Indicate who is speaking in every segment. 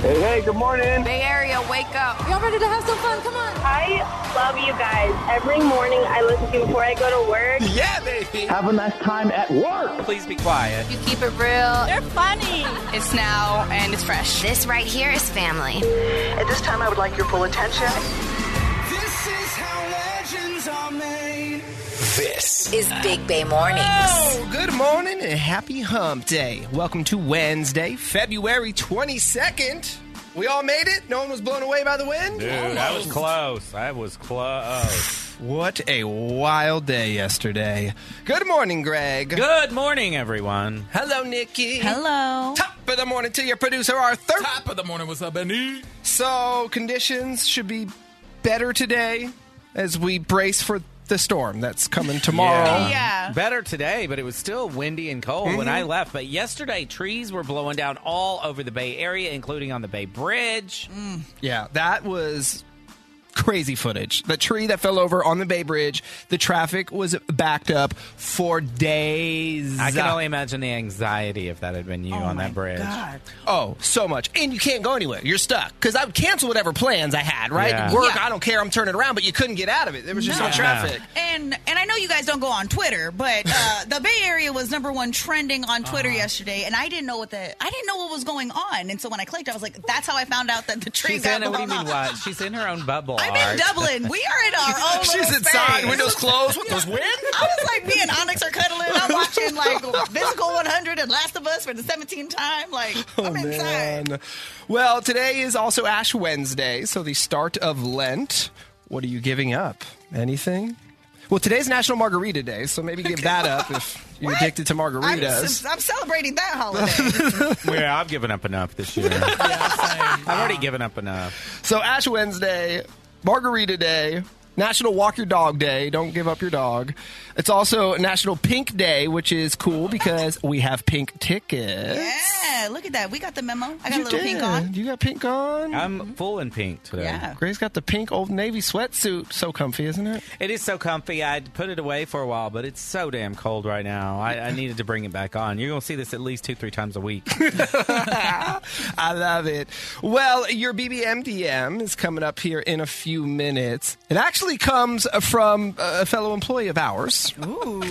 Speaker 1: Hey, hey, good morning.
Speaker 2: Bay Area, wake up. Y'all ready to have some fun? Come on.
Speaker 3: I love you guys. Every morning I listen to you before I go to work.
Speaker 4: Yeah, baby.
Speaker 1: Have a nice time at work.
Speaker 4: Please be quiet.
Speaker 2: You keep it real.
Speaker 3: They're funny.
Speaker 2: It's now and it's fresh.
Speaker 5: This right here is family.
Speaker 6: At this time, I would like your full attention.
Speaker 7: This is how legends are made.
Speaker 4: This.
Speaker 5: Is Big Bay Mornings.
Speaker 4: Oh, good morning and happy hump day. Welcome to Wednesday, February 22nd. We all made it. No one was blown away by the wind.
Speaker 8: Dude, that was close. That was close.
Speaker 4: What a wild day yesterday. Good morning, Greg.
Speaker 8: Good morning, everyone.
Speaker 4: Hello, Nikki.
Speaker 9: Hello.
Speaker 4: Top of the morning to your producer, Arthur.
Speaker 10: Top of the morning. What's up, Benny?
Speaker 4: So, conditions should be better today as we brace for the storm that's coming tomorrow.
Speaker 9: Yeah.
Speaker 8: Better today, but it was still windy and cold when I left. But yesterday, trees were blowing down all over the Bay Area, including on the Bay Bridge.
Speaker 4: Yeah, that was crazy footage. The tree that fell over on the Bay Bridge, the traffic was backed up for days.
Speaker 8: I can only imagine the anxiety if that had been you on that bridge.
Speaker 9: God.
Speaker 4: Oh, so much. And you can't go anywhere. You're stuck. Because I would cancel whatever plans I had, right?
Speaker 8: Yeah.
Speaker 4: Work,
Speaker 9: Yeah.
Speaker 4: I don't care. I'm turning around, but you couldn't get out of it. There was just no,
Speaker 9: No.
Speaker 4: traffic.
Speaker 9: And and I know you guys don't go on Twitter, but uh, the Bay Area was number one trending on Twitter
Speaker 4: Uh-huh.
Speaker 9: yesterday, and I didn't know what the I didn't know what was going on, and so when I clicked, I was like, "That's how I found out that the tree
Speaker 8: She's
Speaker 9: got
Speaker 8: in. What do you
Speaker 9: blown
Speaker 8: mean?
Speaker 9: up.
Speaker 8: What? She's in her own bubble.
Speaker 9: I'm in
Speaker 8: Art.
Speaker 9: Dublin. We are in our own.
Speaker 4: She's
Speaker 9: little
Speaker 4: inside,
Speaker 9: space.
Speaker 4: windows closed. What, there's wind?
Speaker 9: I was like, me and Onyx are cuddling. I'm watching like Physical 100 and Last of Us for the 17th time. Like, I'm inside.
Speaker 4: Oh, Man. Well, today is also Ash Wednesday, so the start of Lent. What are you giving up? Anything? Well, today's National Margarita Day, so maybe give that up if you're addicted to
Speaker 9: I'm,
Speaker 4: margaritas.
Speaker 9: I'm celebrating that holiday.
Speaker 8: yeah, I've given up enough this year. I've already given up enough.
Speaker 4: So Ash Wednesday, Margarita Day, National Walk Your Dog Day. Don't give up your dog. It's also National Pink Day, which is cool because we have pink tickets.
Speaker 9: yeah, look at that. We got the memo. I got
Speaker 4: You
Speaker 9: a little pink
Speaker 4: did.
Speaker 9: on.
Speaker 4: You got pink on.
Speaker 8: I'm full in pink today.
Speaker 9: Yeah.
Speaker 4: Gray's got the pink Old Navy sweatsuit. So comfy, isn't it?
Speaker 8: It is so comfy. I'd put it away for a while, but it's so damn cold right now. I, I needed to bring it back on. You're going to see this at least two, three times a week.
Speaker 4: I love it. Well, your BBMDM is coming up here in a few minutes. It actually comes from a fellow employee of ours. Ooh.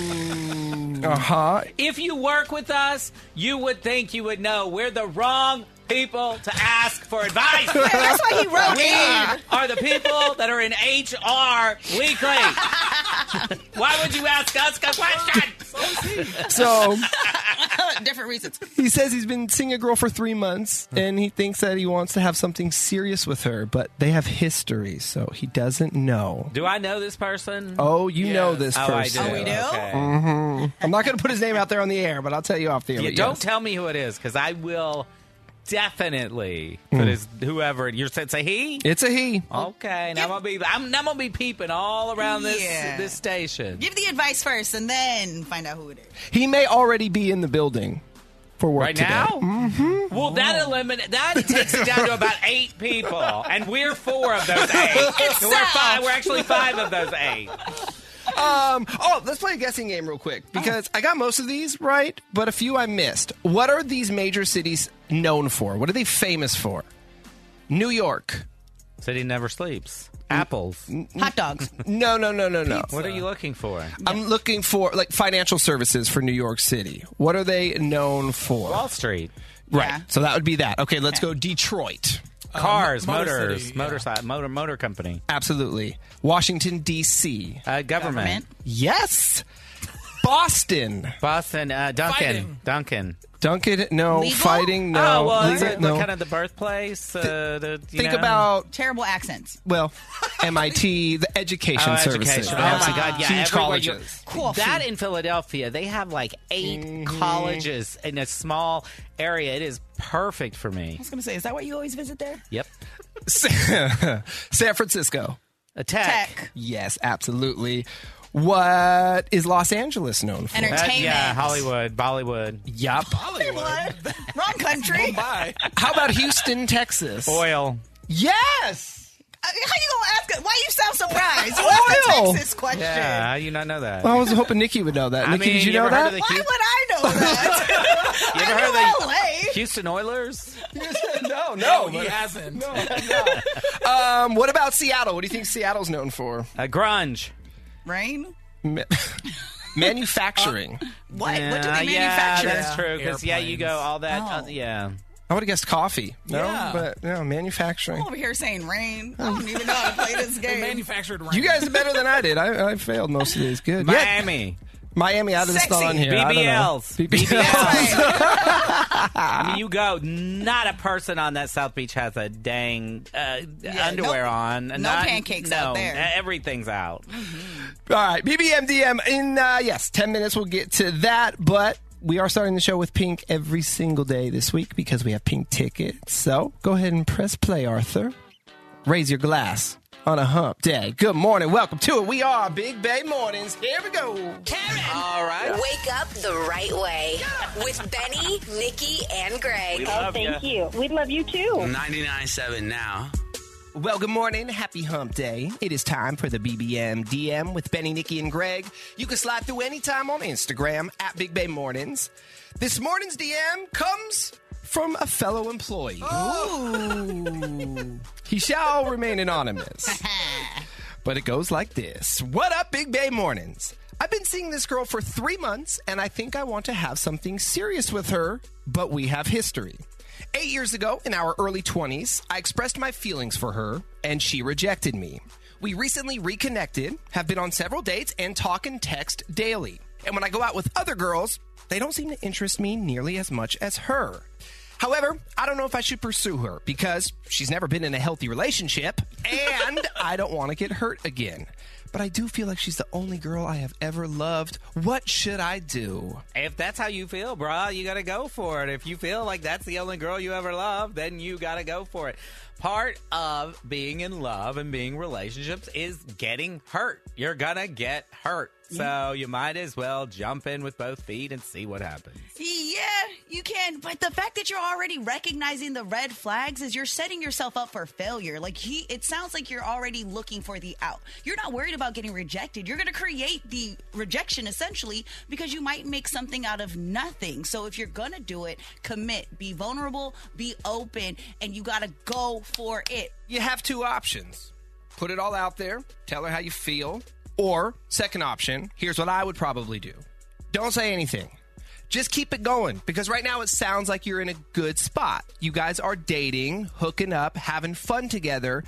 Speaker 4: Uh huh.
Speaker 8: if you work with us, you would think you would know we're the wrong people to ask for advice.
Speaker 9: That's why he wrote
Speaker 8: We
Speaker 9: it.
Speaker 8: are the people that are in HR weekly. Why would you ask us a question?
Speaker 4: So.
Speaker 9: Different reasons.
Speaker 4: He says he's been seeing a girl for three months and he thinks that he wants to have something serious with her, but they have history, so he doesn't know.
Speaker 8: Do I know this person?
Speaker 4: Oh, you know this
Speaker 8: Oh, I do.
Speaker 4: person.
Speaker 9: we do?
Speaker 8: Okay.
Speaker 4: I'm not going to put his name out there on the air, but I'll tell you off the air.
Speaker 8: Yeah,
Speaker 4: but
Speaker 8: don't
Speaker 4: yes.
Speaker 8: tell me who it is because I will definitely put his whoever you're saying. Say he.
Speaker 4: It's a he.
Speaker 8: Okay, now I'm gonna be I'm, I'm gonna be peeping all around this
Speaker 9: Yeah.
Speaker 8: this station.
Speaker 9: Give the advice first and then find out who it is.
Speaker 4: He may already be in the building for work
Speaker 8: Right
Speaker 4: today.
Speaker 8: now? Well, that eliminate that takes it down to about eight people, and we're four of those eight. So we're five. We're actually five of those eight.
Speaker 4: Oh, let's play a guessing game real
Speaker 8: Oh.
Speaker 4: quick because I got most of these right, but a few I missed. What are these major cities known for? What are they famous for? New York.
Speaker 8: City never sleeps. Apples.
Speaker 9: Hot dogs.
Speaker 4: No, no, no, no, no.
Speaker 8: What are you looking for?
Speaker 4: I'm looking for like financial services for New York City. What are they known for?
Speaker 8: Wall Street.
Speaker 4: right.
Speaker 9: Yeah.
Speaker 4: So that would be that. Okay, let's go Detroit.
Speaker 8: Cars,
Speaker 10: Motor
Speaker 8: motors,
Speaker 10: City, yeah.
Speaker 8: motorcycle, motor, motor company,
Speaker 4: Absolutely. Washington D.C.
Speaker 8: uh, government,
Speaker 9: Government.
Speaker 4: Yes. Boston.
Speaker 8: Boston, uh, Duncan,
Speaker 10: Fighting.
Speaker 8: Duncan.
Speaker 4: Duncan. No.
Speaker 9: Legal?
Speaker 4: Fighting. No.
Speaker 8: oh, well, is
Speaker 4: Legal?
Speaker 8: it
Speaker 4: no.
Speaker 8: kind of the birthplace? Uh, the, you
Speaker 4: Think
Speaker 8: know?
Speaker 4: about
Speaker 9: Terrible accents.
Speaker 4: well, MIT, the education
Speaker 8: Oh,
Speaker 4: services.
Speaker 8: education. Oh
Speaker 4: Absolutely.
Speaker 8: my God! Yeah,
Speaker 4: huge
Speaker 8: everywhere you-
Speaker 4: colleges.
Speaker 9: Coffee.
Speaker 8: That in Philadelphia, they have like 8 colleges in a small area. It is perfect for me.
Speaker 9: I was going to say, is that why you always visit there?
Speaker 8: Yep.
Speaker 4: San Francisco.
Speaker 8: A tech.
Speaker 9: Tech.
Speaker 4: Yes, absolutely. What is Los Angeles known for?
Speaker 9: Enter-
Speaker 8: Uh, yeah,
Speaker 9: Entertainment.
Speaker 8: Hollywood, Bollywood,
Speaker 4: Yup.
Speaker 10: Hollywood.
Speaker 9: Wrong country. Uh,
Speaker 10: Bye.
Speaker 4: How about Houston, Texas?
Speaker 8: oil.
Speaker 4: Yes.
Speaker 9: Uh, How you going to ask it? Why you sound surprised? What's
Speaker 4: Oil.
Speaker 9: the Texas question?
Speaker 8: Yeah, how do you not know that?
Speaker 4: Well, I was hoping Nikki would know that.
Speaker 8: I
Speaker 4: Nikki,
Speaker 8: mean,
Speaker 4: did you,
Speaker 8: you
Speaker 4: know
Speaker 8: ever heard
Speaker 4: that?
Speaker 8: of
Speaker 9: Why would I know that?
Speaker 8: you ever
Speaker 9: I'm
Speaker 8: heard of
Speaker 9: LA.
Speaker 8: the Houston Oilers?
Speaker 4: no, No, no,
Speaker 10: he
Speaker 4: but-
Speaker 10: hasn't.
Speaker 4: Um, what about Seattle? What do you think Seattle's known for?
Speaker 8: Uh, grunge.
Speaker 9: Rain?
Speaker 4: Ma- Manufacturing.
Speaker 9: What? what do
Speaker 8: Uh,
Speaker 9: they
Speaker 8: yeah,
Speaker 9: manufacture?
Speaker 8: that's true. Because yeah, you go
Speaker 10: Airplanes.
Speaker 8: all that.
Speaker 9: Oh.
Speaker 8: uh, yeah.
Speaker 4: I would have guessed coffee. No,
Speaker 10: Yeah.
Speaker 4: but no, manufacturing.
Speaker 9: I'm over here saying rain. I don't even know how to play this
Speaker 10: They
Speaker 9: game.
Speaker 10: manufactured rain.
Speaker 4: You guys are better than I did. I, I failed most of these. Good. Yeah,
Speaker 8: Miami.
Speaker 4: Miami out of the
Speaker 9: Sexy.
Speaker 4: on here. I don't know.
Speaker 8: BBLs.
Speaker 4: BBLs.
Speaker 8: I mean, you go. Not a person on that South Beach has a dang uh, underwear
Speaker 9: no-
Speaker 8: on.
Speaker 9: no
Speaker 8: Not-
Speaker 9: pancakes
Speaker 8: no, e-,
Speaker 9: out there.
Speaker 8: Everything's out.
Speaker 4: All right, BBMDM. In uh, yes, ten minutes we'll get to that, but. We are starting the show with Pink every single day this week because we have Pink tickets. So go ahead and press play, Arthur. Raise your glass on a hump day. Good morning. Welcome to it. We are Big Bay Mornings. Here we go.
Speaker 8: All right.
Speaker 5: Wake up the right way with Benny, Nikki, and Greg.
Speaker 3: Oh, thank you. We love you
Speaker 8: Mm.
Speaker 3: too.
Speaker 11: 99.7 now.
Speaker 4: Well, good morning. Happy hump day. It is time for the BBM DM with Benny, Nikki, and Greg. You can slide through anytime on Instagram at Big Bay Mornings. This morning's DM comes from a fellow employee. Ooh. he shall remain anonymous. But it goes like this What up, Big Bay Mornings? I've been seeing this girl for three months, and I think I want to have something serious with her, but we have history. Eight years ago, in our early 20s, I expressed my feelings for her, and she rejected me. We recently reconnected, have been on several dates, and talk and text daily. And when I go out with other girls, they don't seem to interest me nearly as much as her. However, I don't know if I should pursue her because she's never been in a healthy relationship and I don't want to get hurt again. But I do feel like she's the only girl I have ever loved. What should I do?
Speaker 8: If that's how you feel, brah, you gotta go for it. If you feel like that's the only girl you ever loved, then you gotta go for it. Part of being in love and being in relationships is getting hurt. You're gonna get hurt. So
Speaker 9: Mm-hmm.
Speaker 8: you might as well jump in with both feet and see what happens.
Speaker 9: Yeah, you can. But the fact that you're already recognizing the red flags is you're setting yourself up for failure. Like he, it sounds like you're already looking for the out. You're not worried about getting rejected. You're going to create the rejection essentially because you might make something out of nothing. So if you're going to do it, commit, be vulnerable, be open, and you got to go for it.
Speaker 4: You have two options put it all out there, tell her how you feel, or second option, here's what I would probably do don't say anything. Just keep it going because right now it sounds like you're in a good spot. You guys are dating, hooking up, having fun together.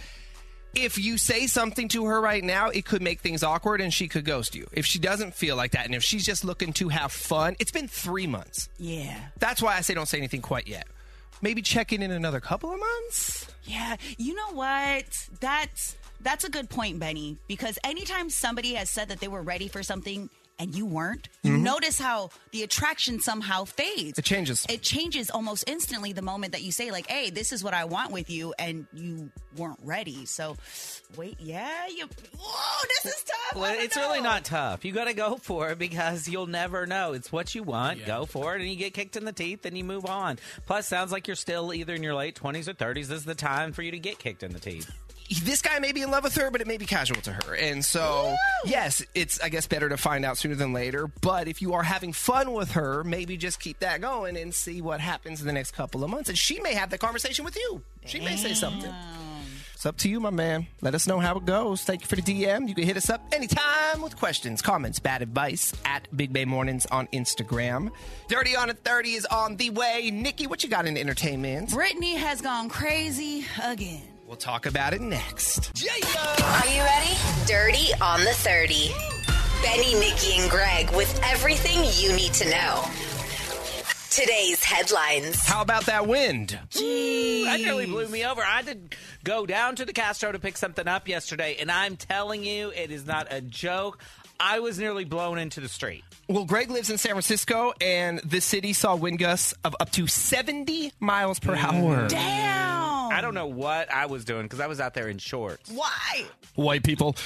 Speaker 4: if you say something to her right now, it could make things awkward and she could ghost you. If she doesn't feel like that and if she's just looking to have fun, it's been three months.
Speaker 9: Yeah.
Speaker 4: That's why I say don't say anything quite yet. Maybe check in in another couple of months.
Speaker 9: Yeah, you know what? That's that's a good point, Benny, because anytime somebody has said that they were ready for something and you weren't, you notice how the attraction somehow fades.
Speaker 4: It changes.
Speaker 9: It changes almost instantly the moment that you say like, "Hey, this is what I want with you," and you weren't ready. So, wait, yeah, you. Whoa, this is tough. I
Speaker 8: Well,
Speaker 9: don't
Speaker 8: it's really
Speaker 9: know.
Speaker 8: not tough. You got to go for it because you'll never know. It's what you want.
Speaker 10: Yeah.
Speaker 8: Go for it, and you get kicked in the teeth, and you move on. Plus, sounds like you're still either in your late twenties or thirties. This is the time for you to get kicked in the teeth.
Speaker 4: This guy may be in love with her, but it may be casual to her. And so, yes, it's, I guess, better to find out sooner than later. But if you are having fun with her, maybe just keep that going and see what happens in the next couple of months. And she may have that conversation with you. She may say something. It's up to you, my man. Let us know how it goes. Thank you for the DM. You can hit us up anytime with questions, comments, bad advice at Big Bay Mornings on Instagram. Dirty on a 30 is on the way. Nikki, what you got in entertainment?
Speaker 9: Brittany has gone crazy again.
Speaker 4: We'll talk about it next.
Speaker 5: Are you ready? Dirty on the 30. Benny, Nikki, and Greg with everything you need to know. Today's headlines.
Speaker 4: How about that wind?
Speaker 8: That nearly blew me over. I did go down to the Castro to pick something up yesterday, and I'm telling you, it is not a joke. I was nearly blown into the street.
Speaker 4: Well, Greg lives in San Francisco, and the city saw wind gusts of up to 70 miles per hour.
Speaker 8: Mm.
Speaker 9: Damn.
Speaker 8: I don't know what I was doing because I was out there in shorts.
Speaker 9: Why?
Speaker 4: White people.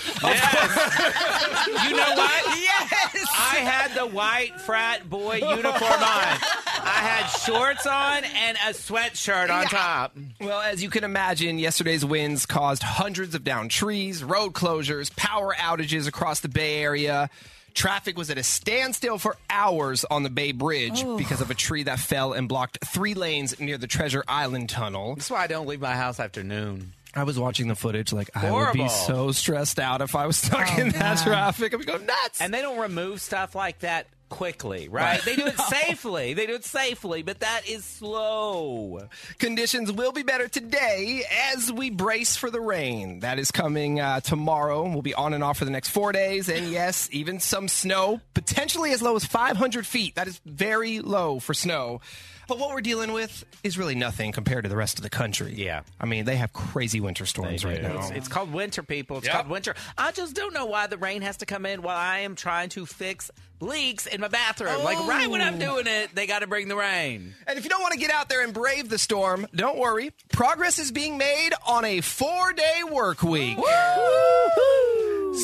Speaker 8: You know what?
Speaker 9: Yes.
Speaker 8: I had the white frat boy uniform on. I had shorts on and a sweatshirt on top.
Speaker 4: Well, as you can imagine, yesterday's winds caused hundreds of downed trees, road closures, power outages across the Bay Area. Traffic was at a standstill for hours on the Bay Bridge
Speaker 8: Ooh.
Speaker 4: because of a tree that fell and blocked three lanes near the Treasure Island Tunnel.
Speaker 8: That's why I don't leave my house after noon.
Speaker 4: I was watching the footage, like I would be
Speaker 8: Horrible.
Speaker 4: so stressed out if I was stuck in that traffic. I'd be going nuts.
Speaker 8: And they don't remove stuff like that quickly, right?
Speaker 4: Right.
Speaker 8: They do it safely. They do it safely, but that is slow.
Speaker 4: Conditions will be better today as we brace for the rain. That is coming uh, tomorrow. We'll be on and off for the next four days. And yes, even some snow, potentially as low as 500 feet. That is very low for snow. But what we're dealing with is really nothing compared to the rest of the country.
Speaker 8: Yeah.
Speaker 4: I mean, they have crazy winter storms right now.
Speaker 8: It's, it's called winter, people. It's called winter. I just don't know why the rain has to come in while I am trying to fix leaks in my bathroom. Like right when I'm doing it, they got to bring the rain.
Speaker 4: And if you don't want to get out there and brave the storm, don't worry. Progress is being made on a four day work week.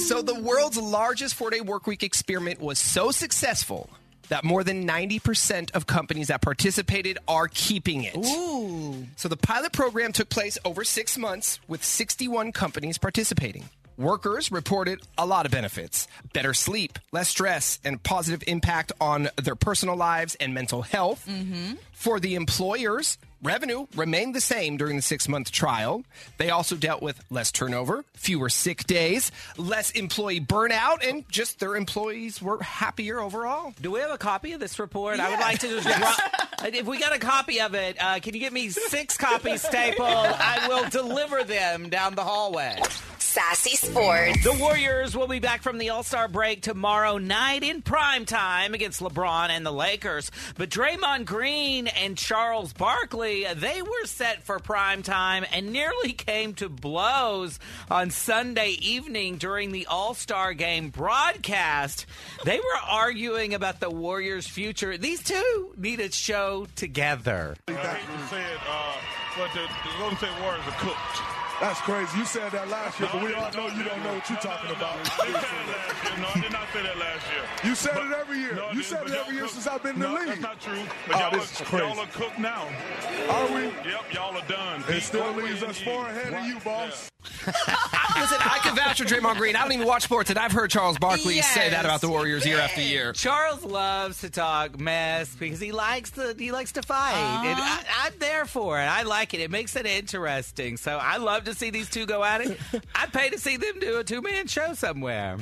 Speaker 4: So, the world's largest four day work week experiment was so successful that more than 90% of companies that participated are keeping it. So, the pilot program took place over six months with 61 companies participating. Workers reported a lot of benefits better sleep, less stress, and positive impact on their personal lives and mental health. For the employers, revenue remained the same during the six month trial. They also dealt with less turnover, fewer sick days, less employee burnout, and just their employees were happier overall.
Speaker 8: Do we have a copy of this report? I would like to just dro- if we got a copy of it, uh, can you get me six copies stapled? I will deliver them down the hallway.
Speaker 5: Sassy Sports.
Speaker 8: The Warriors will be back from the All Star break tomorrow night in prime time against LeBron and the Lakers. But Draymond Green and Charles Barkley, they were set for prime time and nearly came to blows on Sunday evening during the All Star game broadcast. They were arguing about the Warriors' future. These two need a show together.
Speaker 11: mm.
Speaker 12: uh,
Speaker 11: That's crazy. You said that last year, but we all know you don't know what you're talking about.
Speaker 12: No, I did not say that last year.
Speaker 11: You said it every year. You said it every year since I've been in the
Speaker 12: No,
Speaker 11: league.
Speaker 12: that's not true.
Speaker 11: Oh,
Speaker 12: But y'all,
Speaker 11: this is
Speaker 12: are,
Speaker 11: crazy.
Speaker 12: y'all are cooked now.
Speaker 11: Are we?
Speaker 12: Yep, y'all are done.
Speaker 11: It still leaves us far ahead of you, boss.
Speaker 4: Listen, I can vouch for Draymond Green. I don't even watch sports, and I've heard Charles Barkley say that about the Warriors year after year.
Speaker 8: Charles loves to talk mess because he likes to he likes to fight. And I, I'm there for it. I like it. It makes it interesting. So I love to see these two go at it. I'd pay to see them do a two man show somewhere.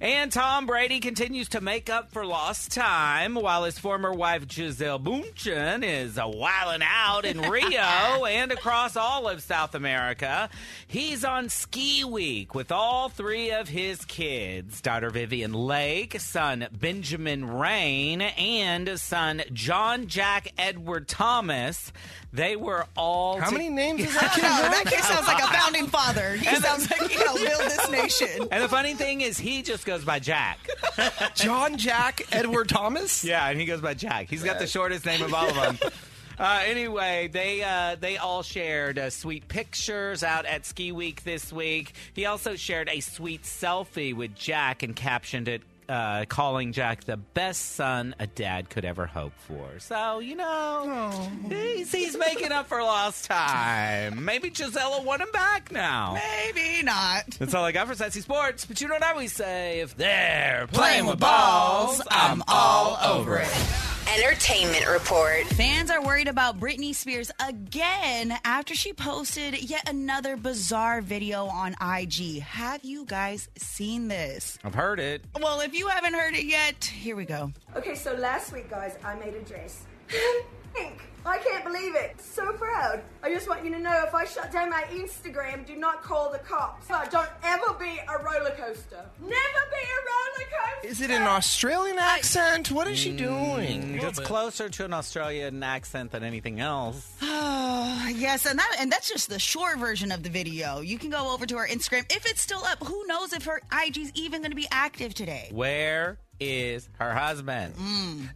Speaker 8: And Tom Brady continues to make up for lost time while his former wife Giselle Bundchen is a wilding out in Rio and across all of South America. He's on ski week with all three of his kids daughter Vivian Lake, son Benjamin Rain, and son John Jack Edward Thomas. They were all.
Speaker 4: How
Speaker 8: to-
Speaker 4: many names is
Speaker 9: I
Speaker 4: that?
Speaker 9: don't know. That kid sounds like a founding father. He sounds like he helped build this nation.
Speaker 8: And the funny thing is, he just goes by Jack.
Speaker 4: John Jack Edward Thomas?
Speaker 8: Yeah, and he goes by Jack. He's got the shortest name of all of them. Uh, anyway, they uh, they all shared uh, sweet pictures out at Ski Week this week. He also shared a sweet selfie with Jack and captioned it, uh, calling Jack the best son a dad could ever hope for. So you know, he's, he's making up for lost time. Maybe Gisella won him back now.
Speaker 9: Maybe not.
Speaker 8: That's all I got for Sassy Sports. But you know what I always say: if they're playing with
Speaker 9: balls,
Speaker 8: balls, I'm all over it.
Speaker 5: Entertainment Report.
Speaker 9: Fans are worried about Britney Spears again after she posted yet another bizarre video on IG. Have you guys seen this?
Speaker 8: I've heard it.
Speaker 9: Well, if you haven't heard it yet, here we go.
Speaker 13: Okay, so last week, guys, I made a dress. Pink. I can't believe it. So proud. I just want you to know if I shut down my Instagram, do not call the cops. Uh, don't ever be a roller coaster. Never be a roller coaster.
Speaker 4: Is it an Australian accent? What is she
Speaker 9: Mm.
Speaker 4: doing?
Speaker 8: It's closer to an Australian accent than anything else.
Speaker 9: Oh, yes, and that and that's just the short version of the video. You can go over to her Instagram if it's still up. Who knows if her IG's even going to be active today?
Speaker 8: Where is her husband?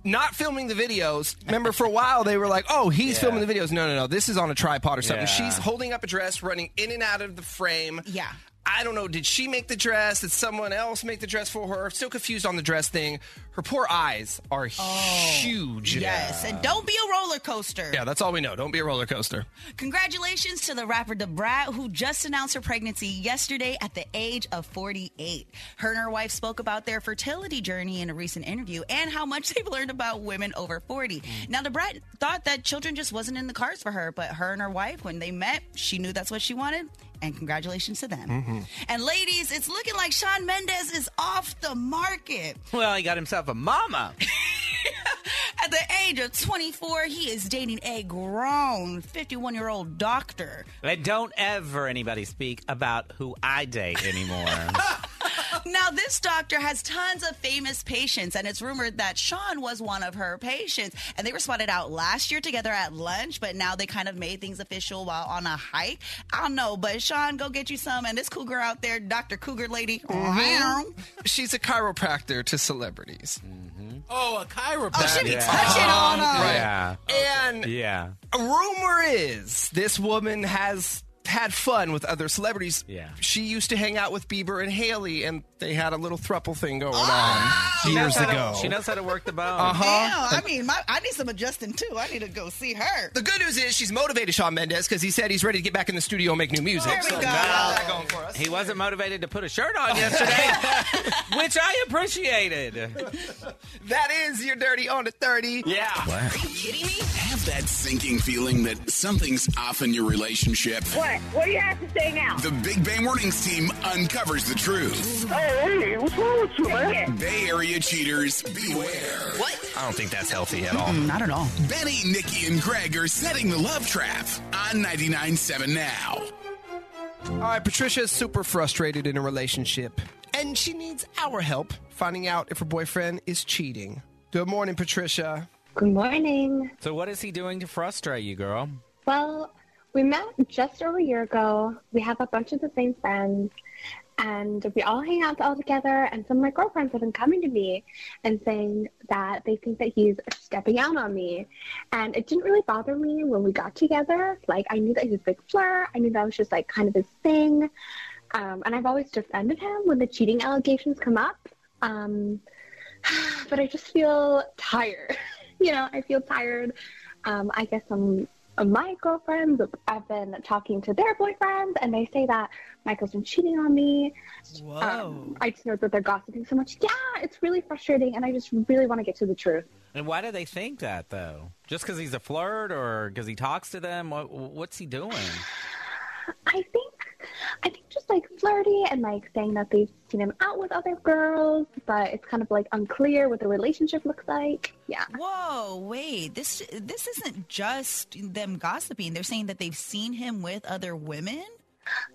Speaker 4: not filming the videos. Remember, for a while they were like, "Oh, he's filming the videos." No, no, no. This is on a tripod or something.
Speaker 8: Yeah.
Speaker 4: She's holding up a dress, running in and out of the frame.
Speaker 9: Yeah.
Speaker 4: I don't know. Did she make the dress? Did someone else make the dress for her? So confused on the dress thing. Her poor eyes are huge.
Speaker 9: Oh. Yes, and don't be a roller coaster.
Speaker 4: Yeah, that's all we know. Don't be a roller coaster.
Speaker 9: Congratulations to the rapper DeBrat, who just announced her pregnancy yesterday at the age of 48. Her and her wife spoke about their fertility journey in a recent interview and how much they've learned about women over 40. Now, DeBrat thought that children just wasn't in the cards for her, but her and her wife, when they met, she knew that's what she wanted. And congratulations to them. And ladies, it's looking like Sean Mendez is off the market.
Speaker 8: Well, he got himself a mama.
Speaker 9: At the age of 24, he is dating a grown 51 year old doctor.
Speaker 8: And don't ever anybody speak about who I date anymore.
Speaker 9: Now, this doctor has tons of famous patients, and it's rumored that Sean was one of her patients. And they were spotted out last year together at lunch, but now they kind of made things official while on a hike. I don't know, but Sean, go get you some. And this cougar out there, Dr. Cougar Lady,
Speaker 4: She's a chiropractor to celebrities.
Speaker 10: Oh, a chiropractor.
Speaker 9: Oh, she be touching on them.
Speaker 4: Yeah. And
Speaker 8: yeah.
Speaker 4: a rumor is this woman has had fun with other celebrities. Yeah. She used to hang out with Bieber and Haley, and they had a little thruple thing going on years
Speaker 8: She knows
Speaker 4: ago.
Speaker 8: how to- she knows how to work the bone.
Speaker 9: Damn, I mean, my, I need some adjusting too. I need to go see her.
Speaker 4: The good news is she's motivated Sean Mendes because he said he's ready to get back in the studio and make new music.
Speaker 9: There we go.
Speaker 8: He wasn't motivated to put a shirt on yesterday, which I appreciated.
Speaker 4: That is your dirty on the 30.
Speaker 8: Yeah.
Speaker 14: Wow.
Speaker 5: kidding me?
Speaker 14: Have that sinking feeling that something's off in your relationship.
Speaker 3: What? What do you have to say now?
Speaker 14: The Big Bang Warnings team uncovers the truth.
Speaker 3: hey, what's wrong with you, man?
Speaker 14: Bay Area cheaters, beware.
Speaker 5: What?
Speaker 4: I don't think that's healthy at all.
Speaker 9: not at all.
Speaker 14: Benny, Nikki, and Greg are setting the love trap on 99.7 now.
Speaker 4: All right, Patricia is super frustrated in a relationship, and she needs our help finding out if her boyfriend is cheating. Good morning, Patricia.
Speaker 15: Good morning.
Speaker 8: So, what is he doing to frustrate you, girl?
Speaker 15: Well, we met just over a year ago. We have a bunch of the same friends, and we all hang out all together. And some of my girlfriends have been coming to me and saying that they think that he's stepping out on me. And it didn't really bother me when we got together. Like, I knew that he was a big flirt, I knew that was just like kind of his thing. Um, and I've always defended him when the cheating allegations come up. Um, but I just feel tired. you know, I feel tired. Um, I guess some of my girlfriends, I've been talking to their boyfriends, and they say that Michael's been cheating on me.
Speaker 9: Whoa.
Speaker 15: Um, I just know that they're gossiping so much. Yeah, it's really frustrating, and I just really want to get to the truth.
Speaker 8: And why do they think that, though? Just because he's a flirt or because he talks to them? What, what's he doing?
Speaker 15: I think, I think just like flirty and like saying that they've seen him out with other girls, but it's kind of like unclear what the relationship looks like. Yeah.
Speaker 9: Whoa, wait. This this isn't just them gossiping. They're saying that they've seen him with other women?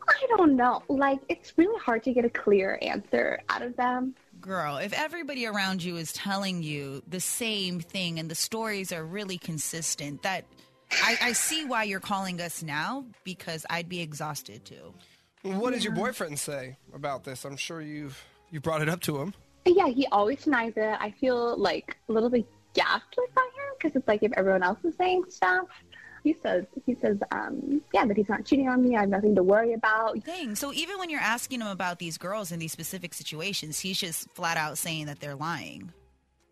Speaker 15: I don't know. Like, it's really hard to get a clear answer out of them.
Speaker 9: Girl, if everybody around you is telling you the same thing and the stories are really consistent, that I, I see why you're calling us now because I'd be exhausted too.
Speaker 4: What does your boyfriend say about this? I'm sure you've you brought it up to him.
Speaker 15: Yeah, he always denies it. I feel like a little bit gaslit by him because it's like if everyone else is saying stuff, he says he says, um, yeah, that he's not cheating on me. I have nothing to worry about.
Speaker 9: Dang. So even when you're asking him about these girls in these specific situations, he's just flat out saying that they're lying.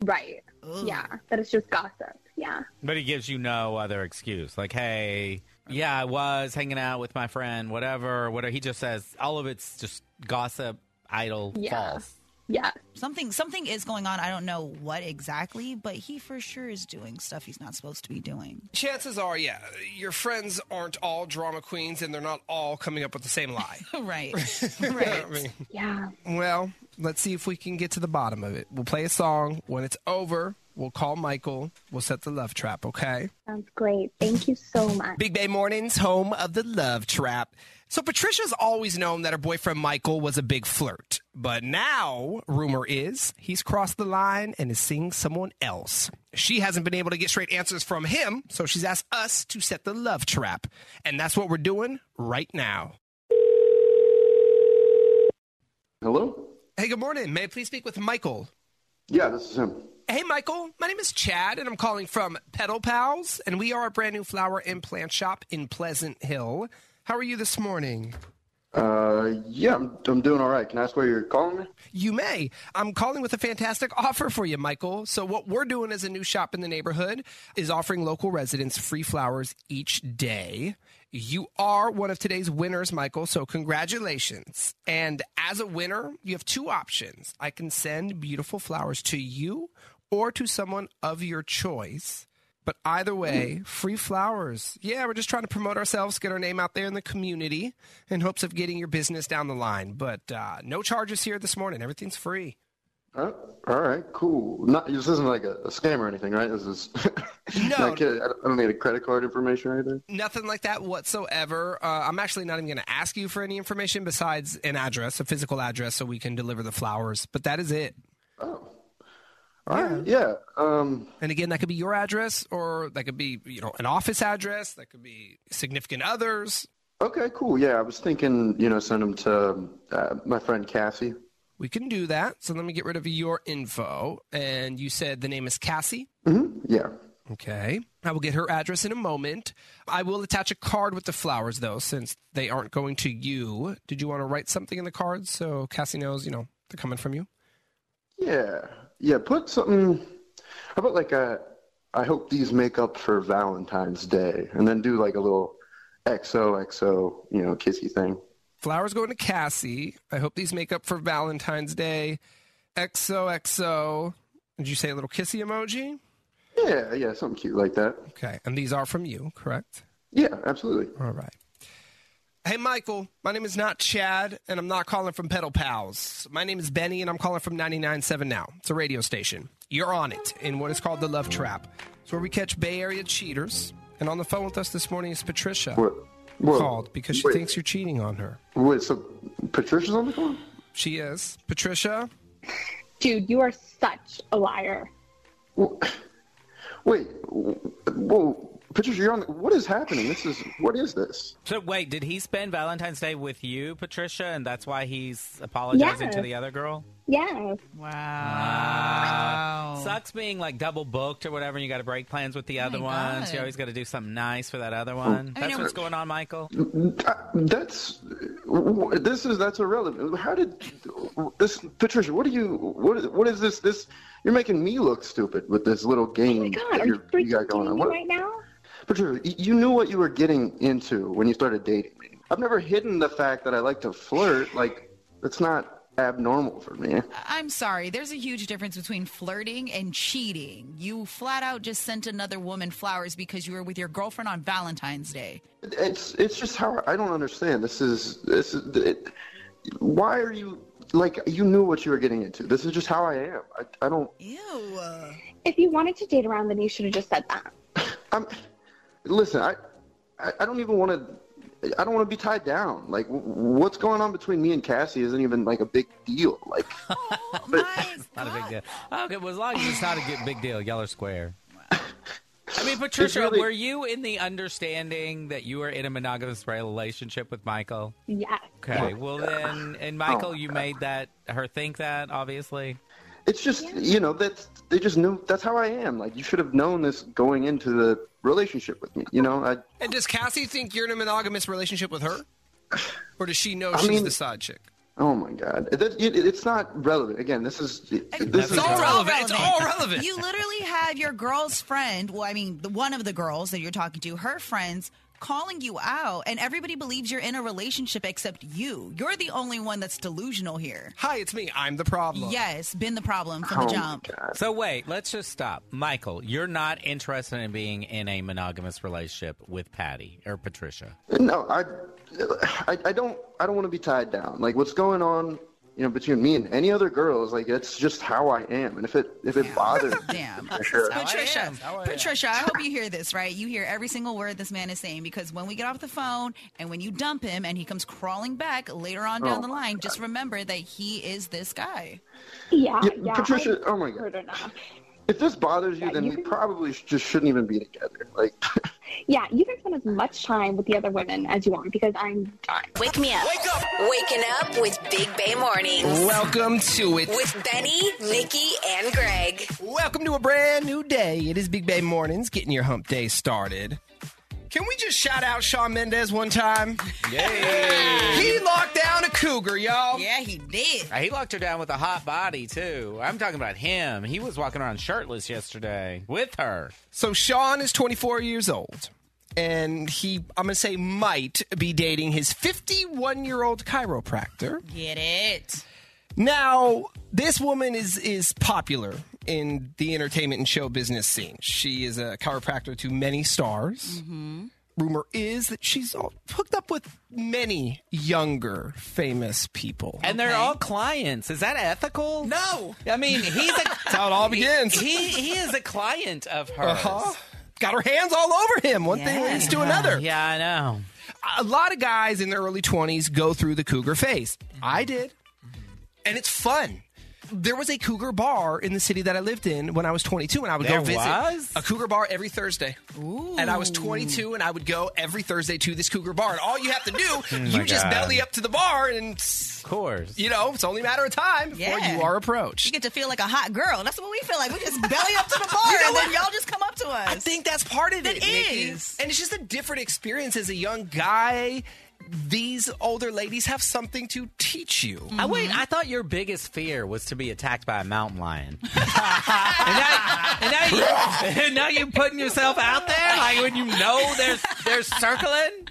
Speaker 15: Right? Yeah, that it's just gossip. Yeah.
Speaker 8: But he gives you no other excuse. Like, hey, yeah, I was hanging out with my friend, whatever, whatever. He just says all of it's just gossip, idle,
Speaker 9: Yeah.
Speaker 8: false.
Speaker 15: Yeah.
Speaker 9: Something something is going on. I don't know what exactly, but he for sure is doing stuff he's not supposed to be doing.
Speaker 4: Chances are, yeah, your friends aren't all drama queens, and they're not all coming up with the same lie.
Speaker 9: right.
Speaker 4: right.
Speaker 15: yeah.
Speaker 4: Well, let's see if we can get to the bottom of it. We'll play a song. When it's over, we'll call Michael. We'll set the love trap, okay?
Speaker 15: Sounds great. Thank you so much.
Speaker 4: Big Bay Mornings, home of the love trap. So Patricia's always known that her boyfriend Michael was a big flirt, but now rumor is he's crossed the line and is seeing someone else. She hasn't been able to get straight answers from him, so she's asked us to set the love trap, and that's what we're doing right now.
Speaker 16: Hello?
Speaker 4: Hey, good morning. May I please speak with Michael?
Speaker 16: Yeah, this is him.
Speaker 4: Hey, Michael. My name is Chad, and I'm calling from Pedal Pals, and we are a brand new flower implant shop in Pleasant Hill. How are you this morning?
Speaker 16: Uh, yeah, I'm, I'm doing all right. Can I ask where you're calling me?
Speaker 4: You may. I'm calling with a fantastic offer for you, Michael. So, what we're doing as a new shop in the neighborhood is offering local residents free flowers each day. You are one of today's winners, Michael, so congratulations. And as a winner, you have two options. I can send beautiful flowers to you or to someone of your choice. But either way, free flowers. Yeah, we're just trying to promote ourselves, get our name out there in the community in hopes of getting your business down the line. But uh, no charges here this morning. Everything's free.
Speaker 16: Uh, all right, cool. Not this isn't like a, a scam or anything, right? This is no. I, don't- I don't need a credit card information or anything.
Speaker 4: Nothing like that whatsoever. Uh, I'm actually not even going to ask you for any information besides an address, a physical address, so we can deliver the flowers. But that is it.
Speaker 16: All right, yeah. Um,
Speaker 4: And again, that could be your address, or that could be you know an office address. That could be significant others.
Speaker 16: okay, cool. Yeah, I was thinking, you know, send them to uh, my friend Cassie.
Speaker 4: We can do that. So let me get rid of your info. And you said the name is Cassie.
Speaker 16: hmm Yeah.
Speaker 4: Okay. I will get her address in a moment. I will attach a card with the flowers, though, since they aren't going to you. Did you want to write something in the card so Cassie knows, you know, they're coming from you?
Speaker 16: Yeah, yeah. Put something. How about like a? I hope these make up for Valentine's Day, and then do like a little XOXO, you know, kissy thing.
Speaker 4: Flowers going to Cassie. I hope these make up for Valentine's Day. XOXO. Did you say a little kissy emoji?
Speaker 16: Yeah, yeah, something cute like that.
Speaker 4: Okay. And these are from you, correct?
Speaker 16: Yeah, absolutely.
Speaker 4: All right. Hey, Michael, my name is not Chad, and I'm not calling from Pedal Pals. My name is Benny, and I'm calling from 99.7 Now. It's a radio station. You're on it in what is called the Love Trap. It's where we catch Bay Area cheaters. And on the phone with us this morning is Patricia,
Speaker 16: Whoa.
Speaker 4: called because she thinks you're cheating on her.
Speaker 16: Wait, so Patricia's on the phone?
Speaker 4: She is. Patricia,
Speaker 15: Dude, you are such a liar.
Speaker 16: Wait, whoa, Patricia, you're on. The, what is happening? This is what is this?
Speaker 8: So wait, did he spend Valentine's Day with you, Patricia, and that's why he's apologizing to
Speaker 15: Yes.
Speaker 8: the other girl?
Speaker 15: Yes. Oh
Speaker 8: Wow. Sucks being like double booked or whatever, and you got to break plans with the other one.
Speaker 15: Oh
Speaker 8: So you
Speaker 15: God. Oh.
Speaker 8: always got to do something nice for that other one.
Speaker 15: I
Speaker 8: That's
Speaker 15: know-
Speaker 8: what's going on, Michael.
Speaker 16: That's this is that's irrelevant. How did this Patricia? What do you what is what is this? This you're making me look stupid with this little game
Speaker 15: Oh God,
Speaker 16: that
Speaker 15: are you
Speaker 16: you're, you got going
Speaker 15: kidding me
Speaker 16: on. What,
Speaker 15: right now?
Speaker 16: Patricia, y- you knew what you were getting into when you started dating me. I've never hidden the fact that I like to flirt. Like that's not abnormal for me.
Speaker 9: I'm sorry. There's a huge difference between flirting and cheating. You flat out just sent another woman flowers because you were with your girlfriend on Valentine's Day.
Speaker 16: It's it's just how I don't understand. This is this is it, why are you like you knew what you were getting into. This is just how I am. I, I don't
Speaker 15: If you wanted to date around, then you should have just said that.
Speaker 16: listen. I I, I don't even want to. I don't want to be tied down. Like w- what's going on between me and Cassie isn't even like a big deal. Like
Speaker 9: Oh
Speaker 8: not a big deal. Oh, Okay, well, as long as it's not a good, big deal, y'all are square. I mean, Patricia,
Speaker 16: really-
Speaker 8: were you in the understanding that you were in a monogamous relationship with Michael?
Speaker 15: Yes.
Speaker 8: Okay, well then, and Michael, you made that her think that obviously.
Speaker 16: it's just you know that's they just knew that's how I am. Like you should have known this going into the relationship with me. You know I.
Speaker 4: and does Cassie think you're in a monogamous relationship with her? Or does she know
Speaker 16: I
Speaker 4: she's
Speaker 16: mean-
Speaker 4: the side chick?
Speaker 16: Oh my God! That, it, it's not relevant. Again, this is this is
Speaker 9: You literally have your girl's friend, well, I mean, the, one of the girls that you're talking to, her friends calling you out, and everybody believes you're in a relationship except you. You're the only one that's delusional here.
Speaker 4: Hi, it's me. I'm the problem.
Speaker 9: Yes, been the problem from
Speaker 8: Oh,
Speaker 9: the jump.
Speaker 8: So wait, let's just stop. Michael, you're not interested in being in a monogamous relationship with Patty or Patricia.
Speaker 16: No, I, I, I don't, I don't want to be tied down. Like what's going on, you know, between me and any other girl is like it's just how I am, and if it if it bothers,
Speaker 9: damn,
Speaker 16: sure.
Speaker 9: Patricia, Patricia, I hope you hear this, right? You hear every single word this man is saying because when we get off the phone and when you dump him and he comes crawling back later on down
Speaker 16: Oh,
Speaker 9: the line, just remember that he is this guy.
Speaker 15: Yeah,
Speaker 16: Yeah,
Speaker 15: yeah.
Speaker 16: Patricia,
Speaker 15: I
Speaker 16: oh my God.
Speaker 15: heard enough.
Speaker 16: If this bothers you,
Speaker 15: Yeah,
Speaker 16: then
Speaker 15: you
Speaker 16: we
Speaker 15: can-
Speaker 16: probably sh- just shouldn't even be together. Like,
Speaker 15: Yeah, you can spend as much time with the other women as you want because I'm done.
Speaker 5: Wake me up. Wake up. Waking up with Big Bay Mornings.
Speaker 4: Welcome to it.
Speaker 5: With Benny, Nikki, and Greg.
Speaker 4: Welcome to a brand new day. It is Big Bay Mornings, getting your hump day started. Can we just shout out Shawn Mendez one time?
Speaker 8: Yay.
Speaker 4: he locked down a cougar, y'all.
Speaker 9: Yeah, he did.
Speaker 8: He locked her down with a hot body too. I'm talking about him. He was walking around shirtless yesterday with her.
Speaker 4: So Sean is 24 years old, and he, I'm gonna say, might be dating his 51 year old chiropractor.
Speaker 9: Get it?
Speaker 4: Now, this woman is is popular in the entertainment and show business scene. She is a chiropractor to many stars.
Speaker 8: Mm-hmm.
Speaker 4: Rumor is that she's all hooked up with many younger famous people.
Speaker 8: And they're all clients. Is that ethical?
Speaker 4: No.
Speaker 8: I mean, he's a, That's
Speaker 4: how it all begins.
Speaker 8: He, he is a client of hers.
Speaker 4: Uh-huh. Got her hands all over him. One thing leads to another.
Speaker 8: Yeah, I know.
Speaker 4: A lot of guys in their early 20s go through the cougar phase.
Speaker 9: Mm-hmm.
Speaker 4: I did. And it's fun. There was a cougar bar in the city that I lived in when I was 22, and I would
Speaker 8: There
Speaker 4: go visit
Speaker 8: was?
Speaker 4: a cougar bar every Thursday. And I was 22, and I would go every Thursday to this cougar bar. And all you have to
Speaker 9: Oh
Speaker 4: do,
Speaker 8: my
Speaker 4: you just
Speaker 8: God.
Speaker 4: belly up to the bar, and s-
Speaker 8: Of course.
Speaker 4: you know it's only a matter of time before
Speaker 9: Yeah.
Speaker 4: you are
Speaker 9: You
Speaker 4: approached.
Speaker 9: get to feel like a hot girl. That's what we feel like. We just belly up to the bar,
Speaker 4: You know
Speaker 9: and then
Speaker 4: what?
Speaker 9: y'all just come up to us.
Speaker 4: I think that's part of it.
Speaker 9: That
Speaker 4: Nikki.
Speaker 9: is.
Speaker 4: and it's just a different experience as a young guy. These older ladies have something to teach you.
Speaker 8: I wait.
Speaker 4: mm-hmm.
Speaker 8: I thought your biggest fear was to be attacked by a mountain lion. and, now, and, now you, and now you're putting yourself out there like when you know they're they're circling.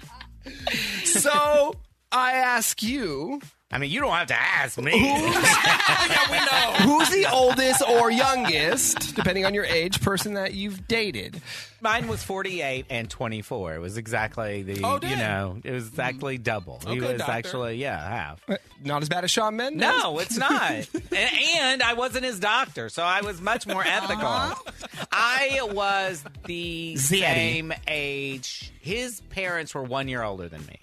Speaker 4: so I ask you,
Speaker 8: I mean, you don't have to ask me.
Speaker 4: who's the oldest or youngest, depending on your age, person that you've dated?
Speaker 8: Mine was 48 and 24. It was exactly the
Speaker 4: Oh,
Speaker 8: you
Speaker 4: dang.
Speaker 8: know it was exactly double.
Speaker 4: Okay,
Speaker 8: he was
Speaker 4: doctor.
Speaker 8: actually yeah half.
Speaker 4: Not as bad as Shawn Mendes.
Speaker 8: No, it's not. and, and I wasn't his doctor, so I was much more ethical. I was the
Speaker 4: Zaddy.
Speaker 8: same age. His parents were one year older than me.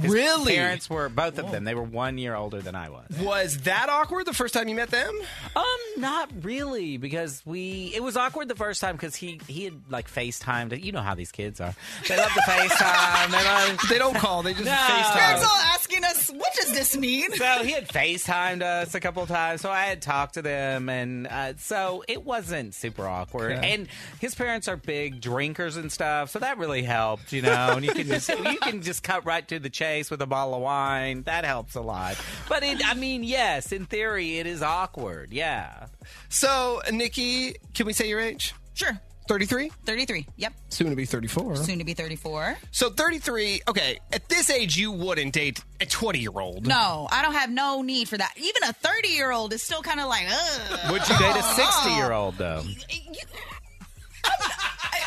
Speaker 8: His
Speaker 4: Really?
Speaker 8: Parents were both of them. They were one year older than I was.
Speaker 4: Was that awkward the first time you met them?
Speaker 8: Um, not really, because we it was awkward the first time because he he had like FaceTimed. You know how these kids are. They love to FaceTime. They love.
Speaker 4: They don't call, they just
Speaker 8: No.
Speaker 9: Parents
Speaker 4: FaceTime.
Speaker 9: all asking us, what does this mean?
Speaker 8: So he had FaceTimed us a couple times, so I had talked to them, and uh, so it wasn't super awkward.
Speaker 4: Okay.
Speaker 8: And his parents are big drinkers and stuff, so that really helped, you know. And you can just you can just cut right to the chase with a bottle of wine. That helps a lot. But it, I mean, yes, in theory, it is awkward. Yeah.
Speaker 4: So, Nikki, can we say your age?
Speaker 9: Sure.
Speaker 4: 33?
Speaker 9: 33. Yep.
Speaker 4: Soon to be 34.
Speaker 9: Soon to be 34.
Speaker 4: So, 33, okay, at this age, you wouldn't date a 20 year old.
Speaker 9: No, I don't have no need for that. Even a 30 year old is still kind of like, ugh.
Speaker 8: Would you date a sixty-year-old though?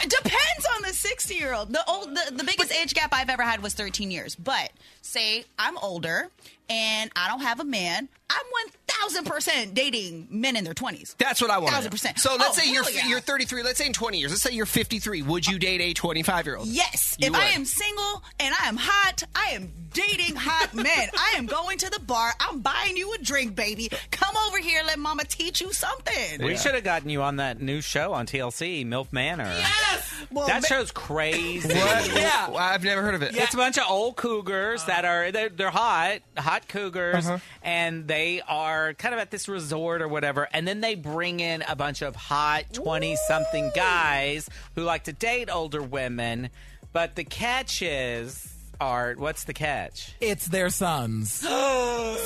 Speaker 9: It depends on the 60 year old. The old the, the biggest age gap I've ever had was 13 years. But say I'm older and I don't have a man, I'm 1000% dating men in their 20s.
Speaker 4: That's what I want.
Speaker 9: 1000%.
Speaker 4: So let's
Speaker 9: Oh,
Speaker 4: say you're
Speaker 9: hell yeah.
Speaker 4: you're 33. Let's say in 20 years. Let's say you're 53. Would you date a 25 year old?
Speaker 9: Yes,
Speaker 4: You
Speaker 9: if I
Speaker 4: would.
Speaker 9: am single and I am hot, I am dating hot men. I am going to the bar. I'm buying you a drink, baby. Come over here, let mama teach you something.
Speaker 8: We should have gotten you on that new show on TLC, MILF Manor.
Speaker 9: Well,
Speaker 8: that
Speaker 9: ma-
Speaker 8: show's crazy.
Speaker 4: What?
Speaker 8: Yeah.
Speaker 4: Well, I've never heard of it.
Speaker 8: It's a bunch of old cougars that
Speaker 10: Uh-huh.
Speaker 8: are they're, they're hot, hot cougars, and they are kind of at this resort or whatever. And then they bring in a bunch of hot twenty-something guys who like to date older women. But the catch is, Art, what's the catch?
Speaker 10: It's their sons. so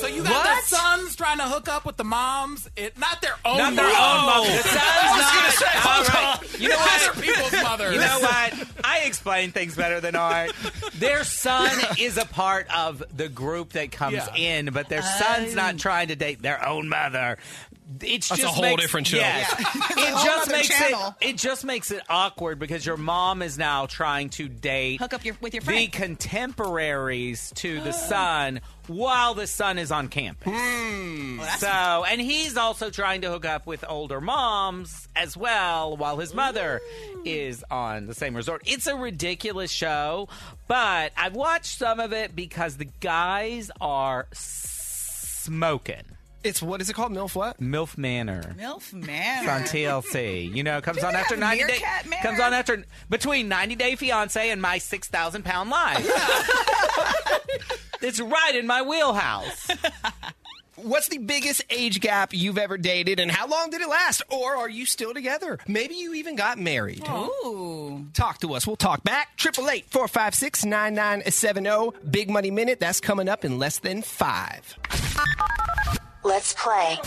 Speaker 10: you got
Speaker 8: What?
Speaker 10: the sons trying to hook up with the moms. It not their own.
Speaker 8: Not their
Speaker 10: mom.
Speaker 8: own mother. The son's not.
Speaker 10: hold
Speaker 8: All
Speaker 10: on.
Speaker 8: right. You know what?
Speaker 10: Other people's mothers.
Speaker 8: You know what? I explain things better than Art. Their son is a part of the group that comes
Speaker 10: Yeah.
Speaker 8: in, but their son's not trying to date their own mother. It's
Speaker 4: That's a
Speaker 8: just
Speaker 4: whole
Speaker 8: makes-
Speaker 4: different show.
Speaker 8: Yes.
Speaker 9: a
Speaker 8: It
Speaker 9: whole
Speaker 8: just
Speaker 9: other
Speaker 8: makes
Speaker 9: channel.
Speaker 8: it. It just makes it awkward because your mom is now trying to date
Speaker 9: hook up your, with your
Speaker 8: the
Speaker 9: friend.
Speaker 8: contemporaries to the son while the son is on campus. so, and he's also trying to hook up with older moms as well while his mother is on the same resort. It's a ridiculous show, but I've watched some of it because the guys are smoking.
Speaker 4: It's what is it called? Milf what?
Speaker 8: MILF Manor
Speaker 9: MILF man.
Speaker 8: on TLC. You know, comes on
Speaker 9: they
Speaker 8: after
Speaker 9: have
Speaker 8: 90 day
Speaker 9: Meerkat Manor?
Speaker 8: comes on after between 90 Day Fiance and my 6,000 pound life. it's right in my wheelhouse.
Speaker 4: what's the biggest age gap you've ever dated, and how long did it last? Or are you still together? Maybe you even got married.
Speaker 9: Ooh.
Speaker 4: Talk to us. We'll talk back. 888 456 9970. Big Money Minute. That's coming up in less than five.
Speaker 5: Let's play.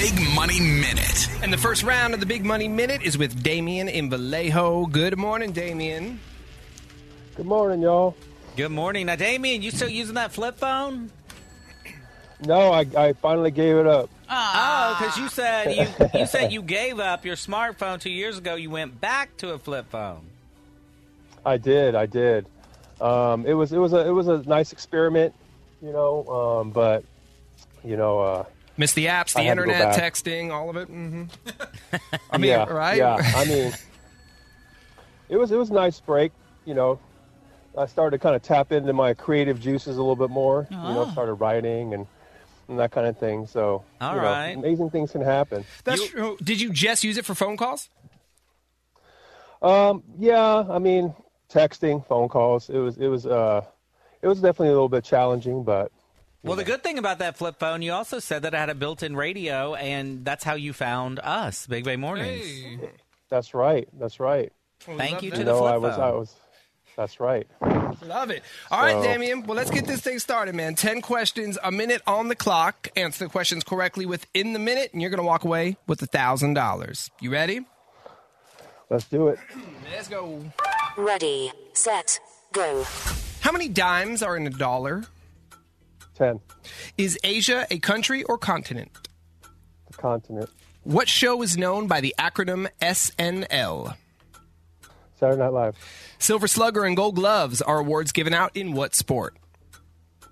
Speaker 4: Big Money Minute. And the first round of the Big Money Minute is with Damien in Vallejo. Good morning, Damien.
Speaker 17: Good morning, y'all.
Speaker 8: Good morning. Now, Damien, you still using that flip phone?
Speaker 17: No, I, I finally gave it up.
Speaker 8: Oh, because you said you, you said you gave up your smartphone two years ago. You went back to a flip phone.
Speaker 17: I did. I did. Um, it was it was a it was a nice experiment, you know. Um, but you know, uh,
Speaker 4: Miss the apps,
Speaker 17: I
Speaker 4: the
Speaker 17: had to go
Speaker 4: internet,
Speaker 17: back.
Speaker 4: texting, all of it. hmm I mean,
Speaker 17: yeah,
Speaker 4: right?
Speaker 17: Yeah, I mean, it was it was a nice break. You know, I started to kind of tap into my creative juices a little bit more. You
Speaker 4: Oh.
Speaker 17: know,
Speaker 8: Ah.
Speaker 17: started writing and, and that kind of thing. So,
Speaker 4: All
Speaker 17: you know,
Speaker 4: right.
Speaker 17: amazing things can happen.
Speaker 4: That's true. Did you just use it for phone calls?
Speaker 17: Um, yeah, I mean, texting, phone calls. It was it was uh, it was definitely a little bit challenging, but
Speaker 8: Well, the good thing about that flip phone, you also said that it had a built-in radio, and that's how you found us, Big Bay Mornings.
Speaker 17: that's right. That's right.
Speaker 8: Well, we Thank love you that. to
Speaker 17: You
Speaker 8: the
Speaker 17: know, Oh, I
Speaker 8: flip
Speaker 17: was
Speaker 8: phone.
Speaker 17: I was. That's right.
Speaker 4: Love it. All right,
Speaker 17: So-
Speaker 4: Damien. Well, let's get this thing started, man. 10 questions, a minute on the clock. Answer the questions correctly within the minute, and you're going to walk away with $1,000. You ready?
Speaker 17: Let's do it.
Speaker 4: Let's go.
Speaker 5: Ready, set, go.
Speaker 4: How many dimes are in a dollar?
Speaker 17: 10.
Speaker 4: Is Asia a country or continent?
Speaker 17: The continent.
Speaker 4: What show is known by the acronym SNL?
Speaker 17: Saturday Night Live,
Speaker 4: Silver Slugger and Gold Gloves are awards given out in what sport?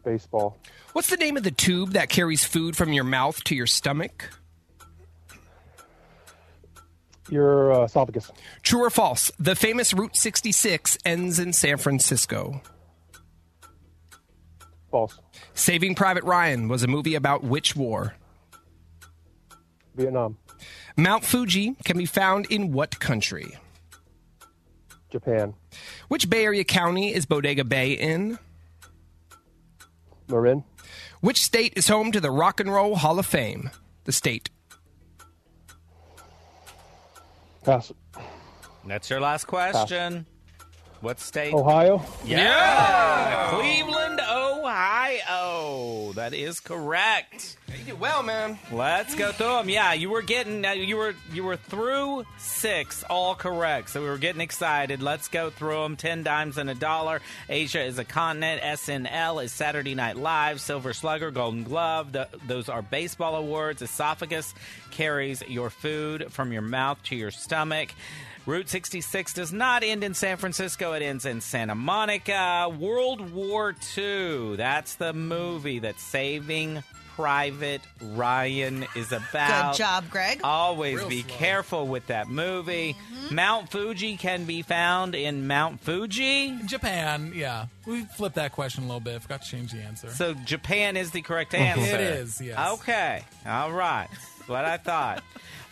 Speaker 17: baseball,
Speaker 4: What's the name of the tube that carries food from your mouth to your stomach?
Speaker 17: your uh, esophagus.
Speaker 4: True or false? The famous Route 66 ends in San Francisco.
Speaker 17: False.
Speaker 4: Saving Private Ryan was a movie about which war?
Speaker 17: Vietnam,
Speaker 4: Mount Fuji can be found in what country?
Speaker 17: Japan,
Speaker 4: Which Bay Area county is Bodega Bay in?
Speaker 17: Marin,
Speaker 4: Which state is home to the Rock and Roll Hall of Fame? The state.
Speaker 17: pass.
Speaker 8: That's your last question. What state?
Speaker 17: Ohio.
Speaker 8: Yeah. Cleveland, Ohio. That is correct.
Speaker 4: You did well, man.
Speaker 8: Let's go through them. Yeah, you were getting uh, you were you were through six, all correct. So we were getting excited. Let's go through them. Ten dimes and a dollar. Asia is a continent. SNL is Saturday Night Live. Silver Slugger, Golden Glove. Th those are baseball awards. Esophagus carries your food from your mouth to your stomach. Route 66 does not end in San Francisco. It ends in Santa Monica. World War II. That's the movie that's saving Private Ryan is about.
Speaker 9: Good job, Greg.
Speaker 8: Always
Speaker 9: Real
Speaker 8: be
Speaker 9: slow.
Speaker 8: careful with that movie.
Speaker 9: Mm-hmm.
Speaker 8: Mount Fuji can be found in Mount Fuji.
Speaker 10: Japan, yeah. We flipped that question a little bit. Forgot to change the answer.
Speaker 8: So Japan is the correct answer.
Speaker 10: It is, yes.
Speaker 8: Okay. All right. What I thought.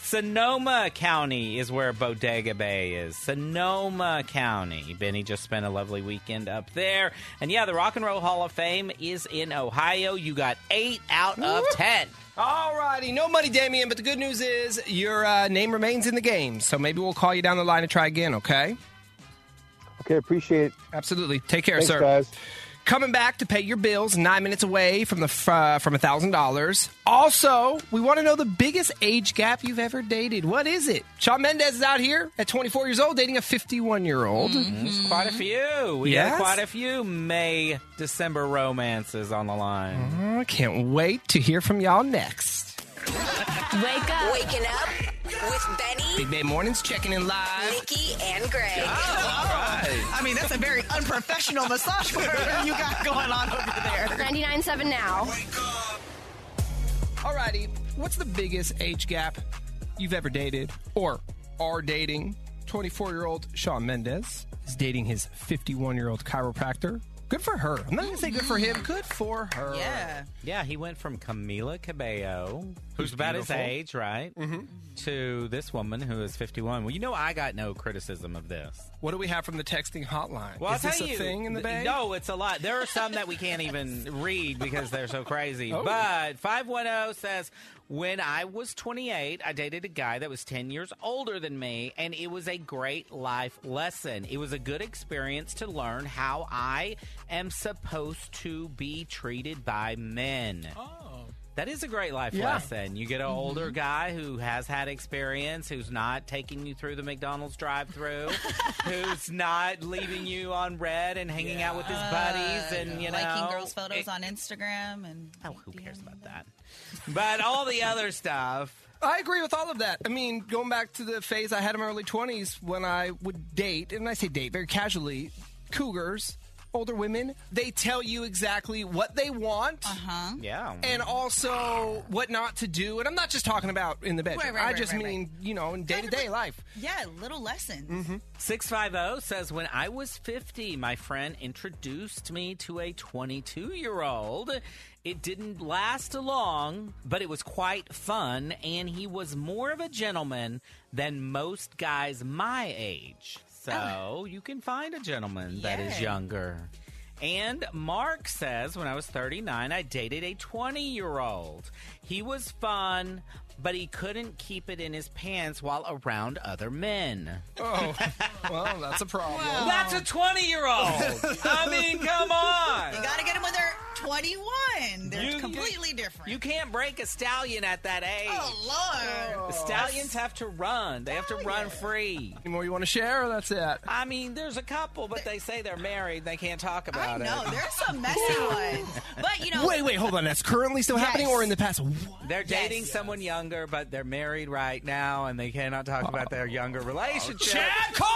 Speaker 8: Sonoma County is where Bodega Bay is. Sonoma County. Benny just spent a lovely weekend up there. And yeah, the Rock and Roll Hall of Fame is in Ohio. You got eight out of ten.
Speaker 4: Alrighty, no money, Damien, but the good news is your uh, name remains in the game. So maybe we'll call you down the line and try again, okay?
Speaker 17: Okay, appreciate it.
Speaker 4: Absolutely. Take care,
Speaker 17: Thanks,
Speaker 4: sir.
Speaker 17: guys.
Speaker 4: Coming back to pay your bills, nine minutes away from the f- uh, from thousand dollars. Also, we want to know the biggest age gap you've ever dated. What is it? Shawn Mendez is out here at 24 years old dating a 51 year old.
Speaker 8: There's quite a few. We
Speaker 4: Yes?
Speaker 8: got quite a few May December romances on the line.
Speaker 4: I can't wait to hear from y'all next.
Speaker 5: Wake up. Waking up with Benny,
Speaker 4: Big Bay Mornings checking in live.
Speaker 5: Nikki, and Greg.
Speaker 9: I mean, that's a very unprofessional massage program you got going on over there.
Speaker 18: 99.7 now.
Speaker 4: Alrighty, what's the biggest age gap you've ever dated or are dating? 24 year old Shawn Mendez is dating his 51 year old chiropractor, Good for her. I'm not gonna say good for him. Good for her.
Speaker 9: Yeah.
Speaker 8: Yeah, he went from Camila Cabello, who's about his
Speaker 4: beautiful.
Speaker 8: age, right? Mm-hmm. To this woman who is 51. Well, you know, I got no criticism of this.
Speaker 4: What do we have from the texting hotline?
Speaker 8: Well,
Speaker 4: Is
Speaker 8: I'll
Speaker 4: this
Speaker 8: tell
Speaker 4: a
Speaker 8: you,
Speaker 4: thing in the
Speaker 8: th-
Speaker 4: bay?
Speaker 8: No, it's a lot. There are some that we can't even read because they're so crazy.
Speaker 4: Oh.
Speaker 8: But 510 says, When I was 28, I dated a guy that was 10 years older than me, and it was a great life lesson. It was a good experience to learn how I am supposed to be treated by men. Oh. That is a great life
Speaker 18: Yeah.
Speaker 8: lesson. You
Speaker 9: Mm-hmm.
Speaker 8: get an older guy who has had experience, who's not taking you through the McDonald's drive through, who's not leaving you on red and hanging out with his buddies and, you know.
Speaker 9: liking girls' photos on Instagram and
Speaker 8: oh, who cares about that? But all the other stuff.
Speaker 4: I agree with all of that. I mean, going back to the phase I had in my early 20s when I would date, and I say date very casually, cougars, older women, they tell you exactly what they want.
Speaker 9: Uh-huh.
Speaker 8: Yeah.
Speaker 4: And also what not to do. And I'm not just talking about in the bedroom.
Speaker 9: Right, right,
Speaker 4: I
Speaker 9: right,
Speaker 4: just
Speaker 9: right,
Speaker 4: mean, you know, in day to day life.
Speaker 9: Yeah, little lessons.
Speaker 8: 650 says, When I was 50, my friend introduced me to a 22 year old. It didn't last long, but it was quite fun, and he was more of a gentleman than most guys my age. So you can find a gentleman that is
Speaker 18: Yeah.
Speaker 8: younger. And Mark says, when I was 39, I dated a 20 year old. He was fun, but he couldn't keep it in his pants while around other men.
Speaker 4: Oh, well, that's a problem.
Speaker 8: That's a 20 year old. I mean, come on.
Speaker 9: You gotta get them when they're 21. They're
Speaker 8: You-
Speaker 9: completely different.
Speaker 8: You can't break a stallion at that age.
Speaker 9: Oh, Lord.
Speaker 8: Stallions have to run. They have to run free.
Speaker 4: Any more you want to share, or that's it?
Speaker 8: I mean, there's a couple, but they say they're married. They can't talk about it.
Speaker 9: No, there's some messy ones. But, you know.
Speaker 4: wait, wait, hold on. That's currently still happening, or in the past?
Speaker 8: They're dating someone younger, but they're married right now, and they cannot talk about their younger relationship.
Speaker 4: Chad,
Speaker 8: call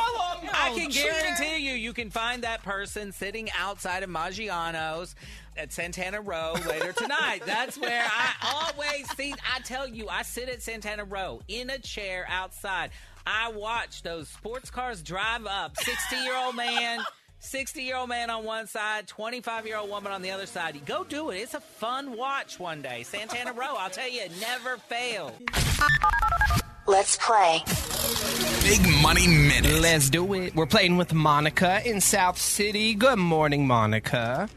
Speaker 4: him!
Speaker 8: I
Speaker 4: Oh,
Speaker 8: can
Speaker 4: cheater.
Speaker 8: guarantee you, you can find that person sitting outside of Maggiano's at Santana Row later tonight. That's where I always see. I tell you, I sit at Santana Row in a chair outside. I watch those sports cars drive up. Sixty-year-old man. 60 year old man on one side, 25 year old woman on the other side. Go do it. It's a fun watch one day. Santana Row, I'll tell you, it never fails.
Speaker 5: Let's play.
Speaker 4: Big money minute. Let's do it. We're playing with Monica in South City. Good morning, Monica.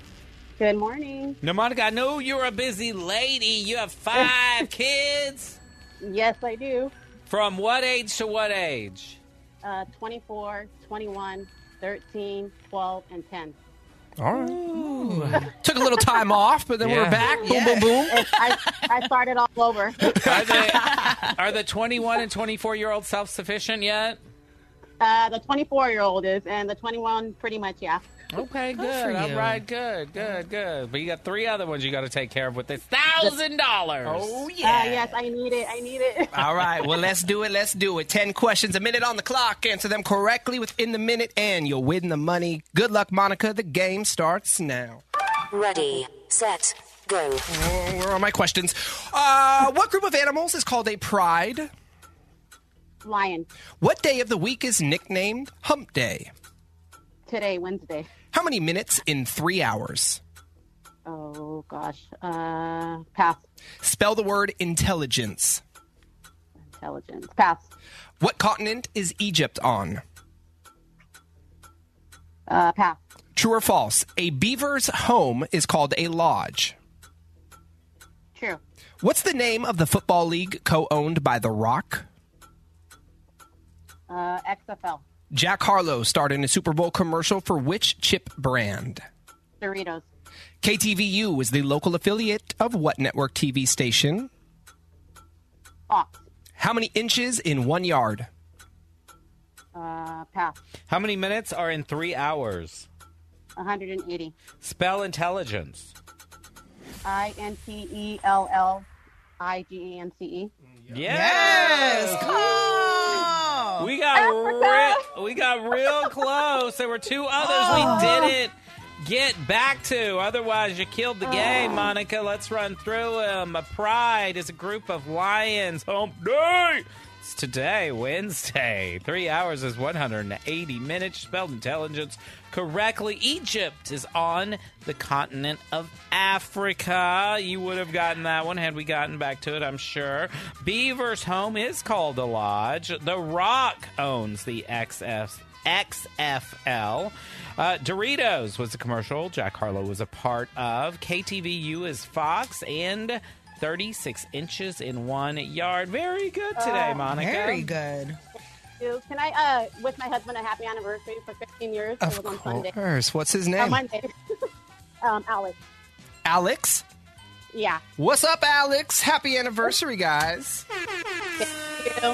Speaker 15: Good morning.
Speaker 8: Now, Monica, I know you're a busy lady. You have five kids.
Speaker 15: Yes, I do.
Speaker 8: From what age to what age?
Speaker 15: Uh, 24, 21, 13, 12, and 10.
Speaker 4: All right. Took a little time off, but then
Speaker 8: Yeah.
Speaker 4: we're back. Boom, boom, boom.
Speaker 15: I, I started all over.
Speaker 8: Are the 21 and 24 year olds self sufficient yet?
Speaker 15: Uh, the 24 year old is, and the 21 pretty much, yeah. Uh,
Speaker 8: Okay,
Speaker 15: for
Speaker 8: good. All
Speaker 15: you.
Speaker 8: right, good, good, good. But you got three other ones you got to take care of with this thousand dollars.
Speaker 15: Uh, yes, I need it. I need it.
Speaker 4: All right. Well, let's do it. Let's do it. 10 questions, a minute on the clock. Answer them correctly within the minute, and you'll win the money. Good luck, Monica. The game starts now.
Speaker 5: Ready, set, go.
Speaker 4: Oh, where are my questions? Uh, what group of animals is called a pride?
Speaker 15: Lion.
Speaker 4: What day of the week is nicknamed Hump Day?
Speaker 15: Today, Wednesday.
Speaker 4: How many minutes in three hours?
Speaker 15: Oh, gosh. Uh, pass.
Speaker 4: Spell the word intelligence.
Speaker 15: Intelligence. Pass.
Speaker 4: What continent is Egypt on?
Speaker 15: Uh, pass.
Speaker 4: True or false? A beaver's home is called a lodge.
Speaker 15: True.
Speaker 4: What's the name of the football league co owned by The Rock?
Speaker 15: Uh, XFL.
Speaker 4: Jack Harlow starred in a Super Bowl commercial for which chip brand?
Speaker 15: Doritos.
Speaker 4: KTVU is the local affiliate of what network TV station?
Speaker 15: Fox.
Speaker 4: How many inches in one yard?
Speaker 15: Uh, pass.
Speaker 8: How many minutes are in three hours?
Speaker 15: 180.
Speaker 8: Spell intelligence.
Speaker 15: I N T E L L I G E N C E.
Speaker 8: Yes. We got re- we got real close. There were two others we didn't get back to. Otherwise, you killed the game, Monica. Let's run through them. A pride is a group of lions. Hump day. It's today, Wednesday. Three hours is 180 minutes. Spelled intelligence correctly. Egypt is on the continent of Africa. You would have gotten that one had we gotten back to it, I'm sure. Beaver's home is called the Lodge. The Rock owns the XF. XFL. Uh, Doritos was a commercial Jack Harlow was a part of. KTVU is Fox and 36 inches in one yard. Very good today,
Speaker 18: Uh,
Speaker 8: Monica.
Speaker 18: very
Speaker 9: good.
Speaker 18: Ew. Can I uh, wish my husband a happy anniversary for 15 years?
Speaker 4: Of
Speaker 18: it was on Sunday.
Speaker 4: course. What's his
Speaker 18: Uh,
Speaker 4: name?
Speaker 18: Monday. um, Alex.
Speaker 4: Alex.
Speaker 18: Yeah.
Speaker 4: What's up, Alex? Happy anniversary, guys.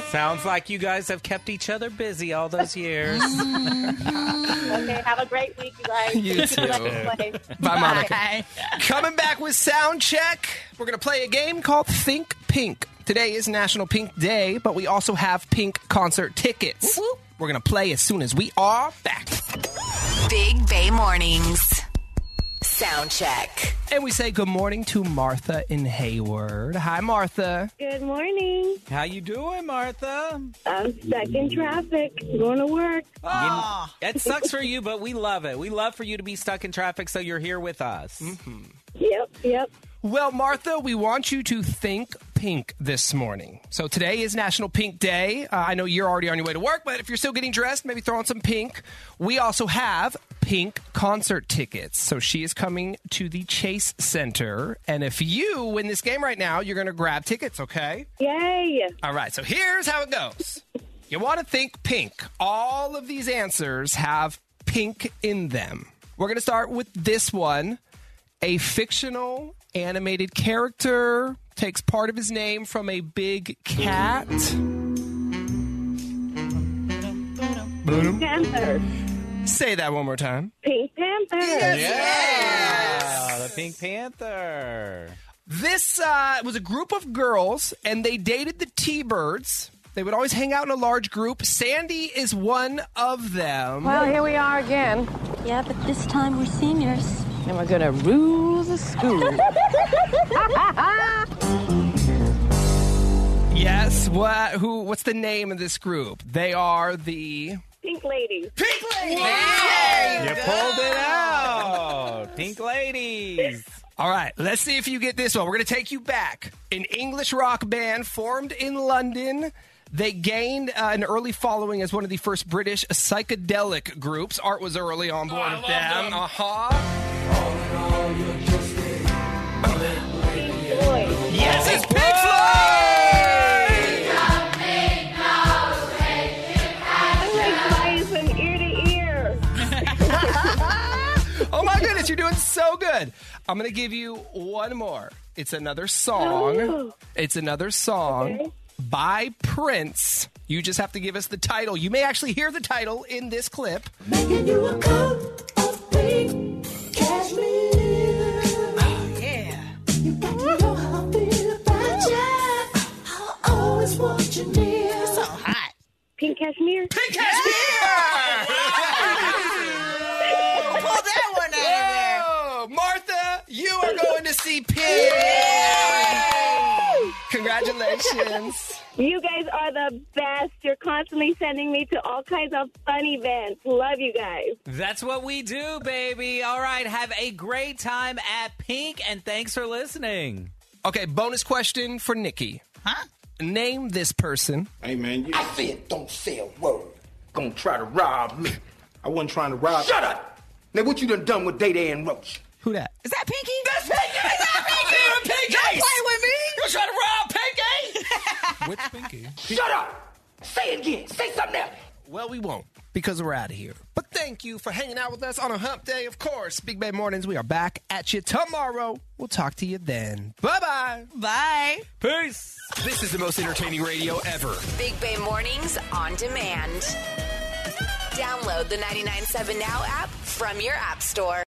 Speaker 8: Sounds like you guys have kept each other busy all those years.
Speaker 18: okay. Have a great week, you guys.
Speaker 4: You
Speaker 18: Keep it up
Speaker 4: too.
Speaker 18: this way.
Speaker 4: Bye, Monica. Coming back with sound check. We're going to play a game called Think Pink. Today is National Pink Day, but we also have pink concert tickets. We're going to play as soon as we are back.
Speaker 5: Big Bay Mornings. Sound check.
Speaker 4: And we say good morning to Martha in Hayward. Hi, Martha.
Speaker 19: Good morning.
Speaker 8: How you doing, Martha?
Speaker 19: I'm stuck in traffic, going to work.
Speaker 8: That sucks for you, but we love it. We love for you to be stuck in traffic, so you're here with us.
Speaker 19: Yep, yep.
Speaker 4: Well, Martha, we want you to think pink this morning. So today is National Pink Day. Uh, I know you're already on your way to work, but if you're still getting dressed, maybe throw on some pink. We also have pink concert tickets. So she is coming to the Chase Center. And if you win this game right now, you're going to grab tickets, okay?
Speaker 19: Yay.
Speaker 4: All right, so here's how it goes. You want to think pink. All of these answers have pink in them. We're going to start with this one. A fictional animated character takes part of his name from a big cat.
Speaker 19: Panther.
Speaker 4: Say that one more time.
Speaker 19: Pink Panther.
Speaker 8: Yeah, the Pink Panther.
Speaker 4: This uh, was a group of girls, and they dated the T Birds. They would always hang out in a large group. Sandy is one of them.
Speaker 20: Well, here we are again. Yeah, but this time we're seniors. And we're gonna rule the school.
Speaker 4: Yes. What? Who? What's the name of this group? They are the.
Speaker 19: Pink Lady.
Speaker 4: Pink Lady.
Speaker 8: You pulled it out. Pink ladies.
Speaker 4: All right. Let's see if you get this one. We're gonna take you back. An English rock band formed in London. They gained uh, an early following as one of the first British psychedelic groups. Art was early on board with them. Uh huh. Yes, it's Pink
Speaker 19: I like flies from ear to ear.
Speaker 4: oh my goodness, you're doing so good. I'm going to give you one more. It's another song.
Speaker 19: Oh.
Speaker 4: It's another song by Prince. You just have to give us the title. You may actually hear the title in this clip.
Speaker 19: So hot. Pink Cashmere. Pink
Speaker 9: Pull that one out
Speaker 4: of there. Martha, you are going to see Pink. Congratulations.
Speaker 19: You guys are the best. You're constantly sending me to all kinds of fun events. Love you guys.
Speaker 8: That's what we do, baby. All right, have a great time at Pink, and thanks for listening.
Speaker 4: Okay, bonus question for Nikki. Huh? Name this person. Hey man, you
Speaker 21: I said, don't say a word. Gonna try to rob me. I wasn't trying to rob. Shut up! Now what you done done with Data and Roach?
Speaker 4: Who that?
Speaker 9: Is that Pinky?
Speaker 21: That's Pinky! That's Pinky!
Speaker 9: Don't play with me.
Speaker 21: You trying to rob Pinky? Which Pinky? Shut up! Say it again. Say something else.
Speaker 4: Well, we won't because we're out of here. But thank you for hanging out with us on a hump day, of course. Big Bay Mornings, we are back at you tomorrow. We'll talk to you then. Bye bye.
Speaker 9: Bye.
Speaker 4: Peace.
Speaker 22: This is the most entertaining radio ever.
Speaker 5: Big Bay Mornings on demand. Download the 997 Now app from your App Store.